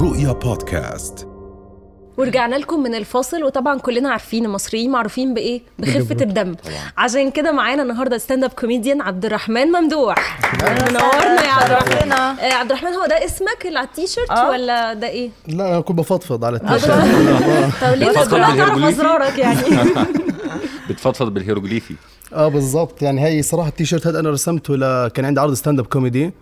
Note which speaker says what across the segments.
Speaker 1: رؤيا بودكاست
Speaker 2: ورجعنا لكم من الفاصل وطبعا كلنا عارفين المصريين معروفين بايه بخفه الدم عشان كده معانا النهارده ستاند اب كوميديان عبد الرحمن ممدوح نورنا يا عبد الرحمن آه، عبد الرحمن هو ده اسمك اللي على التيشيرت ولا ده ايه
Speaker 3: لا انا كنت بفضفض على التيشيرت
Speaker 2: طب ليه الناس
Speaker 4: فصل
Speaker 2: كلها تعرف
Speaker 4: بالهيروغليفي؟
Speaker 2: اسرارك يعني
Speaker 4: بتفضفض بالهيروغليفي
Speaker 3: اه بالظبط يعني هي صراحه التيشيرت هذا انا رسمته ل... كان عندي عرض ستاند اب كوميدي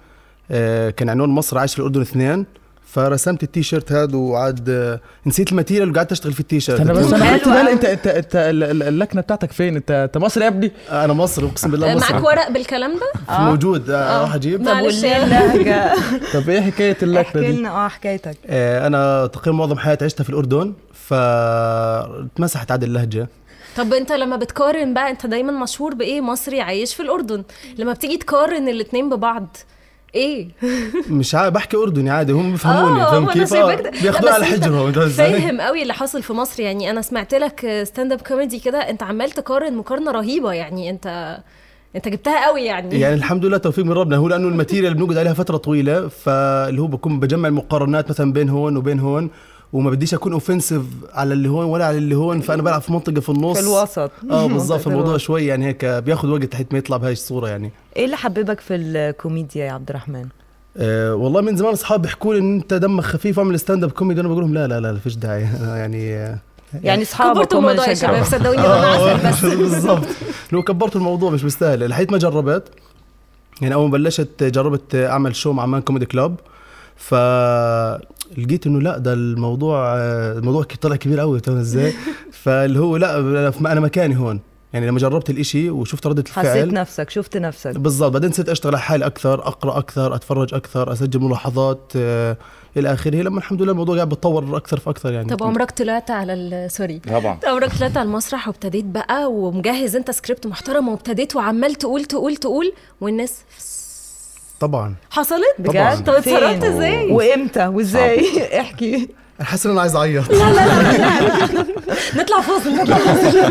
Speaker 3: آه كان عنوان مصر عايش في الاردن اثنين فرسمت التيشيرت هذا وعاد آه، نسيت الماتيريال وقعدت اشتغل في التيشيرت
Speaker 5: انا بس انا
Speaker 6: حلو
Speaker 5: خدت بالي
Speaker 6: أوي.
Speaker 5: انت انت انت ال- ال- اللكنه بتاعتك فين انت انت مصري يا ابني
Speaker 3: انا مصر اقسم بالله مصر
Speaker 2: معاك ورق بالكلام ده
Speaker 3: موجود آه راح اجيب
Speaker 6: طب
Speaker 2: معلش
Speaker 6: والليه
Speaker 2: يا-
Speaker 6: اللهجة؟
Speaker 5: طب ايه حكايه
Speaker 6: احكي
Speaker 5: اللكنه دي
Speaker 6: لنا اه حكايتك
Speaker 3: آه انا تقريبا معظم حياتي عشتها في الاردن فاتمسحت عاد اللهجه
Speaker 2: طب انت لما بتقارن بقى انت دايما مشهور بايه مصري عايش في الاردن لما بتيجي تقارن الاتنين ببعض ايه
Speaker 3: مش عارف بحكي اردني عادي هم بيفهموني
Speaker 2: آه،
Speaker 3: فاهم
Speaker 2: هو أنا
Speaker 3: كيف
Speaker 2: سايباك ده. لا،
Speaker 3: بياخدوها
Speaker 2: بس
Speaker 3: على
Speaker 2: أنت
Speaker 3: حجرهم أنت فاهم؟
Speaker 2: فاهم قوي اللي حاصل في مصر يعني انا سمعت لك ستاند اب كوميدي كده انت عمال تقارن مقارنه رهيبه يعني انت انت جبتها قوي
Speaker 6: إيه.
Speaker 2: يعني,
Speaker 3: يعني الحمد لله توفيق من ربنا هو لانه الماتيريال بنقعد عليها فتره طويله فاللي هو بكون بجمع المقارنات مثلا بين هون وبين هون وما بديش اكون اوفنسيف على اللي هون ولا على اللي هون فانا بلعب في منطقه في النص
Speaker 6: في الوسط
Speaker 3: اه
Speaker 6: منطقة
Speaker 3: بالظبط الموضوع
Speaker 6: الوسط.
Speaker 3: شوي يعني هيك بياخذ وقت لحد ما يطلع بهاي الصوره يعني
Speaker 6: ايه اللي حببك في الكوميديا يا عبد الرحمن؟
Speaker 3: أه والله من زمان اصحابي بيحكوا لي ان انت دمك خفيف واعمل ستاند اب كوميدي وانا بقول لهم لا لا لا فيش داعي أنا يعني آه،
Speaker 6: يعني اصحابك
Speaker 2: كبرتوا
Speaker 6: هم
Speaker 2: الموضوع
Speaker 6: اللي
Speaker 2: يا شباب
Speaker 6: شجعوك
Speaker 2: صدقوني انا عسل بس
Speaker 3: بالضبط لو كبرت الموضوع مش مستاهل لحيت ما جربت يعني اول ما بلشت جربت اعمل شو مع مان كوميدي كلاب فلقيت انه لا ده الموضوع الموضوع كي- طلع كبير قوي فاهم ازاي فاللي هو لا انا مكاني هون يعني لما جربت الاشي وشفت ردة
Speaker 6: حسيت
Speaker 3: الفعل
Speaker 6: نفسك شفت نفسك
Speaker 3: بالضبط بعدين صرت اشتغل على حالي اكثر اقرا اكثر اتفرج اكثر اسجل ملاحظات آه، الى اخره لما الحمد لله الموضوع قاعد بتطور اكثر فاكثر يعني
Speaker 2: طب عمرك طلعت على ال- سوري
Speaker 4: طبعا
Speaker 2: انت عمرك طلعت على المسرح وابتديت بقى ومجهز انت سكريبت محترم وابتديت وعمال تقول تقول تقول والناس
Speaker 3: طبعا
Speaker 2: حصلت
Speaker 6: بجد؟
Speaker 2: طب اتصرفت
Speaker 6: فين؟
Speaker 2: ازاي؟
Speaker 6: وامتى وازاي؟ احكي
Speaker 3: انا حاسس ان انا عايز اعيط
Speaker 2: نطلع فاصل نطلع فاصل.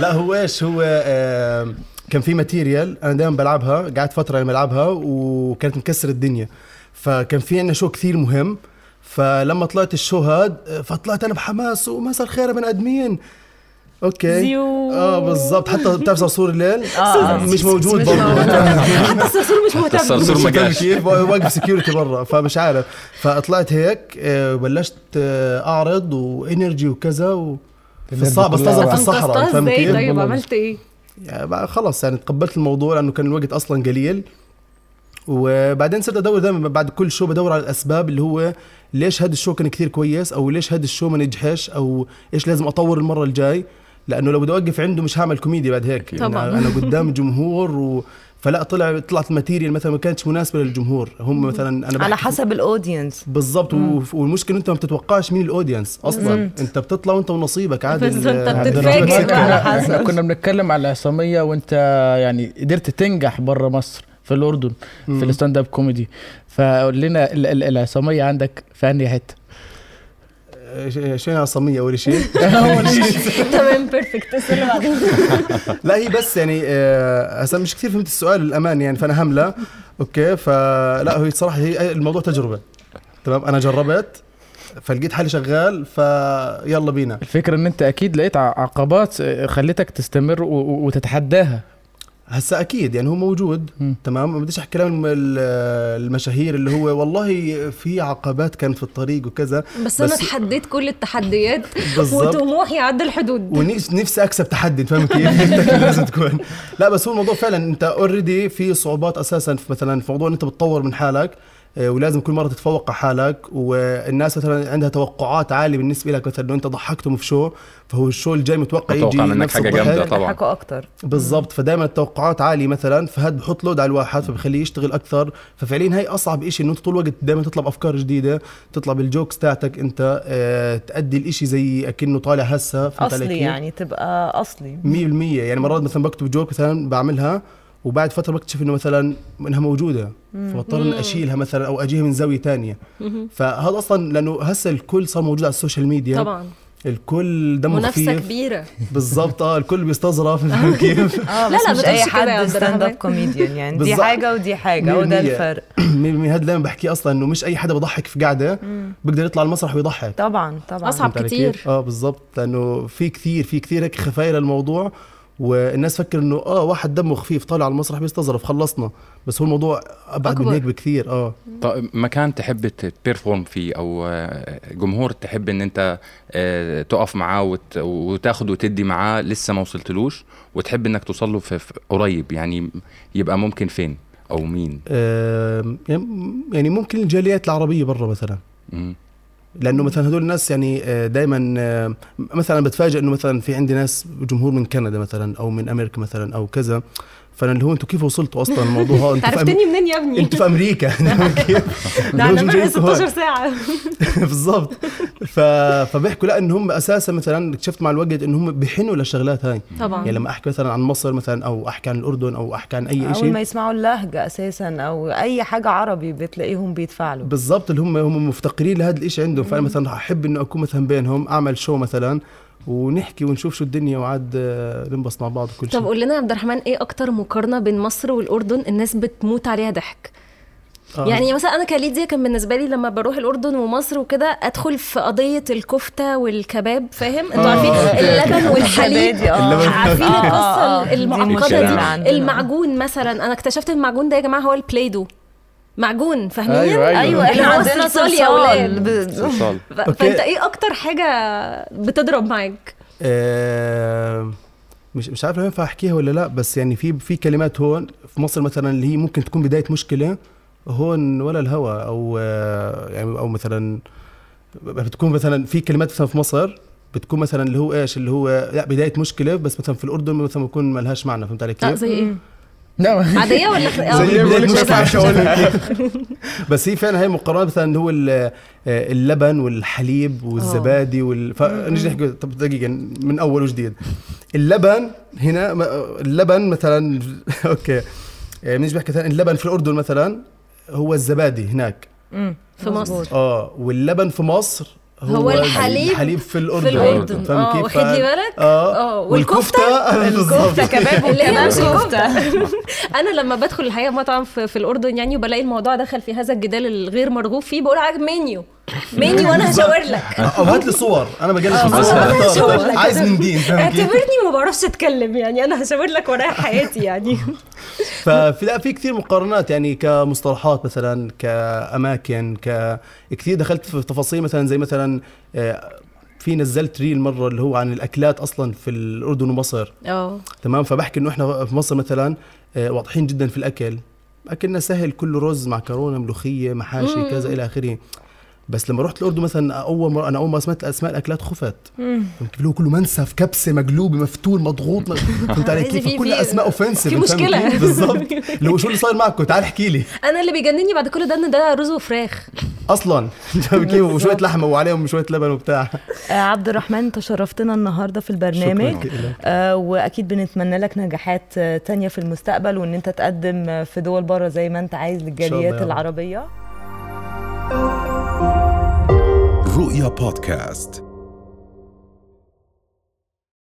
Speaker 3: لا هو ايش هو آه كان في ماتيريال انا دائما بلعبها قعدت فتره لما العبها وكانت مكسر الدنيا فكان في عندنا شو كثير مهم فلما طلعت الشو هاد آه، فطلعت انا بحماس ومساء الخير يا بني ادمين اوكي
Speaker 2: زيو.
Speaker 3: اه بالضبط حتى بتعرف صرصور الليل
Speaker 6: آه.
Speaker 3: مش موجود
Speaker 6: مش
Speaker 3: برضه
Speaker 2: آه، حتى الصرصور مش مهتم
Speaker 4: الصرصور ما
Speaker 3: فاهم
Speaker 4: جاش
Speaker 3: كيف واقف سكيورتي برا فمش عارف فطلعت هيك آه، وبلشت آه، اعرض وانرجي وكذا و... في الصعب استظهر في الصحراء
Speaker 2: انقذتها
Speaker 3: فاهم
Speaker 2: ازاي
Speaker 3: كيف؟
Speaker 2: طيب عملت ايه؟
Speaker 3: يعني بقى خلاص يعني تقبلت الموضوع لانه كان الوقت اصلا قليل وبعدين صرت ادور دائما بعد كل شو بدور على الاسباب اللي هو ليش هذا الشو كان كثير كويس او ليش هذا الشو ما نجحش او ايش لازم اطور المره الجاي لانه لو بدي اوقف عنده مش هعمل كوميديا بعد هيك يعني
Speaker 2: طبعاً.
Speaker 3: انا قدام جمهور و فلا طلع طلعت الماتيريال مثلا ما كانتش مناسبه للجمهور هم مثلا انا
Speaker 6: على
Speaker 3: بحكي-
Speaker 6: حسب الاودينس
Speaker 3: بالضبط وف- والمشكله انت ما بتتوقعش مين الاودينس اصلا انت بتطلع وانت ونصيبك عادي
Speaker 2: بس
Speaker 3: ال-
Speaker 2: انت
Speaker 3: عادي
Speaker 2: بتتفاجئ
Speaker 3: الرقم
Speaker 2: بقى.
Speaker 3: سكة.
Speaker 6: على
Speaker 5: احنا
Speaker 6: حسب.
Speaker 5: كنا بنتكلم على العصاميه وانت يعني قدرت تنجح بره مصر في الاردن في الستاند اب كوميدي فقول لنا ال- ال- العصاميه عندك في انهي حته
Speaker 3: آه، ش- شيء عصاميه اول شيء
Speaker 2: تمام بيرفكت السؤال اللي بعده.
Speaker 3: لا هي بس يعني آه، هسه مش كثير فهمت السؤال للامانه يعني فانا همله اوكي فلا هي صراحه هي الموضوع تجربه تمام انا جربت فلقيت حالي شغال فيلا بينا
Speaker 5: الفكره ان انت اكيد لقيت ع- عقبات آه، خلتك تستمر و- و- وتتحداها
Speaker 3: هسا اكيد يعني هو موجود
Speaker 5: مم.
Speaker 3: تمام ما بديش احكي كلام الم- المشاهير اللي هو والله في عقبات كانت في الطريق وكذا
Speaker 2: بس انا
Speaker 3: بس-
Speaker 2: اتحديت كل التحديات
Speaker 3: بالظبط.
Speaker 2: وطموحي عدى الحدود
Speaker 3: ونفسي اكسب تحدي فاهم كيف؟ هيك لازم تكون لا بس هو الموضوع فعلا انت اوريدي في صعوبات اساسا في مثلا في موضوع ان انت بتطور من حالك آه، ولازم كل مره تتفوق على حالك والناس مثلا عندها توقعات عاليه بالنسبه لك مثلا لو انت ضحكتهم في شو فهو الشو الجاي متوقع يجي
Speaker 4: متوقع منك
Speaker 3: نفس
Speaker 4: حاجة
Speaker 3: الضحك.
Speaker 4: جامدة. طبعاً.
Speaker 6: حكوا اكتر
Speaker 3: بالضبط فدائما التوقعات عاليه مثلا فهاد بحط لود على الواحد فبخليه يشتغل اكثر ففعليا هي اصعب شيء انه انت طول الوقت دائما تطلع بافكار جديده تطلع بالجوكس تاعتك انت آه تادي الاشي زي اكنه طالع هسه فهمت علي
Speaker 6: اصلي
Speaker 3: كيف؟
Speaker 6: يعني تبقى اصلي
Speaker 3: 100% يعني مرات مثلا بكتب جوك مثلا بعملها وبعد فتره بكتشف انه مثلا انها موجوده فبضطر إني اشيلها مثلا او اجيها من زاويه تانية فهذا اصلا لانه هسه الكل صار موجود على السوشيال ميديا
Speaker 2: طبعا
Speaker 3: الكل دمه
Speaker 2: منافسه
Speaker 3: خفيف
Speaker 2: كبيره
Speaker 3: بالضبط اه الكل بيستظرف فاهم كيف
Speaker 6: اه
Speaker 2: لا،
Speaker 6: بس
Speaker 2: لا،
Speaker 6: مش
Speaker 2: ما تقولش
Speaker 6: اي
Speaker 2: كده يا
Speaker 6: حد
Speaker 2: عبد
Speaker 6: ستاند
Speaker 2: الرحمن.
Speaker 6: اب كوميديان يعني دي
Speaker 3: بالظبط.
Speaker 6: حاجه ودي حاجه وده
Speaker 3: 100%.
Speaker 6: الفرق
Speaker 3: هذا دايما بحكيه اصلا انه مش اي حدا بضحك في قعده بيقدر يطلع المسرح ويضحك
Speaker 6: طبعا طبعا
Speaker 2: أصعب.
Speaker 3: فهمت علي
Speaker 2: كتير.
Speaker 3: كيف؟ اه بالظبط لانه في كثير في كثير هيك خفايا للموضوع والناس فكر انه اه واحد دمه خفيف طالع على المسرح بيستظرف خلصنا بس هو الموضوع ابعد من
Speaker 2: أكبر.
Speaker 3: هيك بكثير اه
Speaker 4: طيب مكان تحب تبيرفورم فيه او آه، جمهور تحب ان انت آه، تقف معاه وت- وتاخد وتدي معاه لسه ما وصلتلوش وتحب انك توصل له في في قريب يعني يبقى ممكن فين او مين
Speaker 3: آم، يعني ممكن الجاليات العربيه برا مثلا
Speaker 4: مم.
Speaker 3: لانه مثلا هدول الناس يعني دائما مثلا بتفاجئ انه مثلا في عندي ناس جمهور من كندا مثلا او من امريكا مثلا او كذا فانا اللي هو انتوا كيف وصلتوا اصلا الموضوع هذا انتوا في أم-
Speaker 2: عرفتني منين يا ابني؟
Speaker 3: انتوا في يعني امريكا
Speaker 2: ده
Speaker 3: لو
Speaker 2: احنا
Speaker 3: جاي
Speaker 2: فرق 16
Speaker 3: سؤال.
Speaker 2: ساعة
Speaker 3: بالضبط ف... فبيحكوا لا ان هم اساسا مثلا اكتشفت مع الوقت ان هم بيحنوا للشغلات هاي يعني
Speaker 2: طبعا
Speaker 3: لما احكي مثلا عن مصر مثلا او احكي عن الاردن او احكي عن اي
Speaker 6: اول ما
Speaker 3: شيء
Speaker 6: يسمعوا اللهجه اساسا او اي حاجه عربي بتلاقيهم بيتفاعلوا
Speaker 3: بالضبط اللي هم هم مفتقرين لهذا الشيء عندهم فانا مثلا احب انه اكون مثلا بينهم اعمل شو مثلا ونحكي ونشوف شو الدنيا وعاد آه، ننبسط مع بعض وكل
Speaker 2: طب
Speaker 3: شيء
Speaker 2: قول لنا يا عبد الرحمن ايه اكتر مقارنة بين مصر والاردن الناس بتموت عليها ضحك
Speaker 3: آه.
Speaker 2: يعني مثلا انا كليديا كان بالنسبه لي لما بروح الاردن ومصر وكده ادخل في قضيه الكفته والكباب فاهم انتوا
Speaker 3: آه،
Speaker 2: عارفين
Speaker 3: آه،
Speaker 2: اللبن والحليب
Speaker 6: دي، آه.
Speaker 3: اللبن.
Speaker 2: عارفين
Speaker 6: آه،
Speaker 2: القصه
Speaker 6: آه، آه.
Speaker 2: المعقده
Speaker 4: دي مشكلة
Speaker 2: دي
Speaker 6: عندنا.
Speaker 2: المعجون مثلا انا اكتشفت المعجون ده يا جماعه هو البلايدو معجون فاهمين
Speaker 5: أيوة، أيوة.
Speaker 2: اللي هو الصلصال يا اولاد
Speaker 6: ب-
Speaker 4: صلصال
Speaker 2: ف- فانت ايه اكتر حاجه بتضرب معاك
Speaker 3: آه، مش مش عارف لو ينفع احكيها ولا لا بس يعني في في كلمات هون في مصر مثلا اللي هي ممكن تكون بدايه مشكله هون ولا الهوى او آه، يعني او مثلا بتكون مثلا في كلمات مثلا في مصر بتكون مثلا اللي هو ايش اللي هو لا بدايه مشكله بس مثلا في الاردن مثلا بتكون ما لهاش معنى فهمت علي
Speaker 2: اه
Speaker 3: كيف؟
Speaker 2: زي ايه
Speaker 5: لا
Speaker 2: عاديه ولا آه.
Speaker 3: زي إيه؟
Speaker 5: بقول
Speaker 3: بداية
Speaker 5: لك
Speaker 3: مشكلة.
Speaker 5: مش عارف شو
Speaker 3: بس هي فعلا هي مقارنه مثلا اللي هو ال- آه، اللبن والحليب والزبادي وال ف- نجي نحكي طب دقيقه من اول وجديد اللبن هنا م- اللبن مثلا اوكي آه، بنيجي بحكي مثلا اللبن في الاردن مثلا هو الزبادي هناك
Speaker 6: مم.
Speaker 2: في مصر
Speaker 3: اه واللبن في مصر هو,
Speaker 2: هو الحليب
Speaker 3: الحليب في
Speaker 2: في
Speaker 3: الاردن
Speaker 2: الاردن
Speaker 3: فاهم
Speaker 2: اه
Speaker 3: كيف؟
Speaker 2: واخد لي بالك
Speaker 3: اه
Speaker 2: اه
Speaker 3: والكفته بالظبط
Speaker 6: الكفته كباب
Speaker 2: اللي هي
Speaker 6: وكباب
Speaker 2: مش
Speaker 6: كفته
Speaker 2: انا لما بدخل الحقيقه مطعم في, في الاردن يعني وبلاقي الموضوع دخل في هذا الجدال الغير مرغوب فيه بقول عاجب منيو منيو وانا هشاور لك
Speaker 3: او هات لي صور انا بجلس
Speaker 2: آه، أنا هشاور لك.
Speaker 3: عايز من دين فاهم كيف؟
Speaker 2: اعتبرني ما بعرفش اتكلم يعني انا هشاور لك ورايا حياتي يعني
Speaker 3: ففي لا في كثير مقارنات يعني كمصطلحات مثلا كاماكن ك كثير دخلت في تفاصيل مثلا زي مثلا آه، في نزلت ريل مره اللي هو عن الاكلات اصلا في الاردن ومصر
Speaker 2: اه
Speaker 3: تمام فبحكي انه احنا في مصر مثلا آه، واضحين جدا في الاكل اكلنا سهل كله رز معكرونه ملوخيه محاشي كذا الى اخره بس لما رحت الاردن مثلا اول مره انا اول ما سمعت اسماء الاكلات خفت فهمت كيف اللي هو كله منسف كبسه مقلوبه مفتول مضغوط فهمت علي
Speaker 2: في-
Speaker 3: كيف
Speaker 2: في-
Speaker 3: كل اسماء اوفنسيف
Speaker 2: في مشكلة.
Speaker 3: بالظبط اللي هو شو اللي صار معكم تعال احكي لي
Speaker 2: انا اللي بيجنني بعد كل ده ان ده رز وفراخ
Speaker 3: اصلا فاهم كيف وشويه لحمه وعليهم شويه لبن وبتاع
Speaker 6: آه، عبد الرحمن تشرفتنا النهارده في البرنامج
Speaker 3: شكراً لك.
Speaker 6: آه، واكيد بنتمنى لك نجاحات آه، تانية في المستقبل وان انت تقدم آه، في دول بره زي ما انت عايز
Speaker 3: الله يا
Speaker 6: للجاليات
Speaker 3: رب.
Speaker 6: العربيه
Speaker 1: رؤيا بودكاست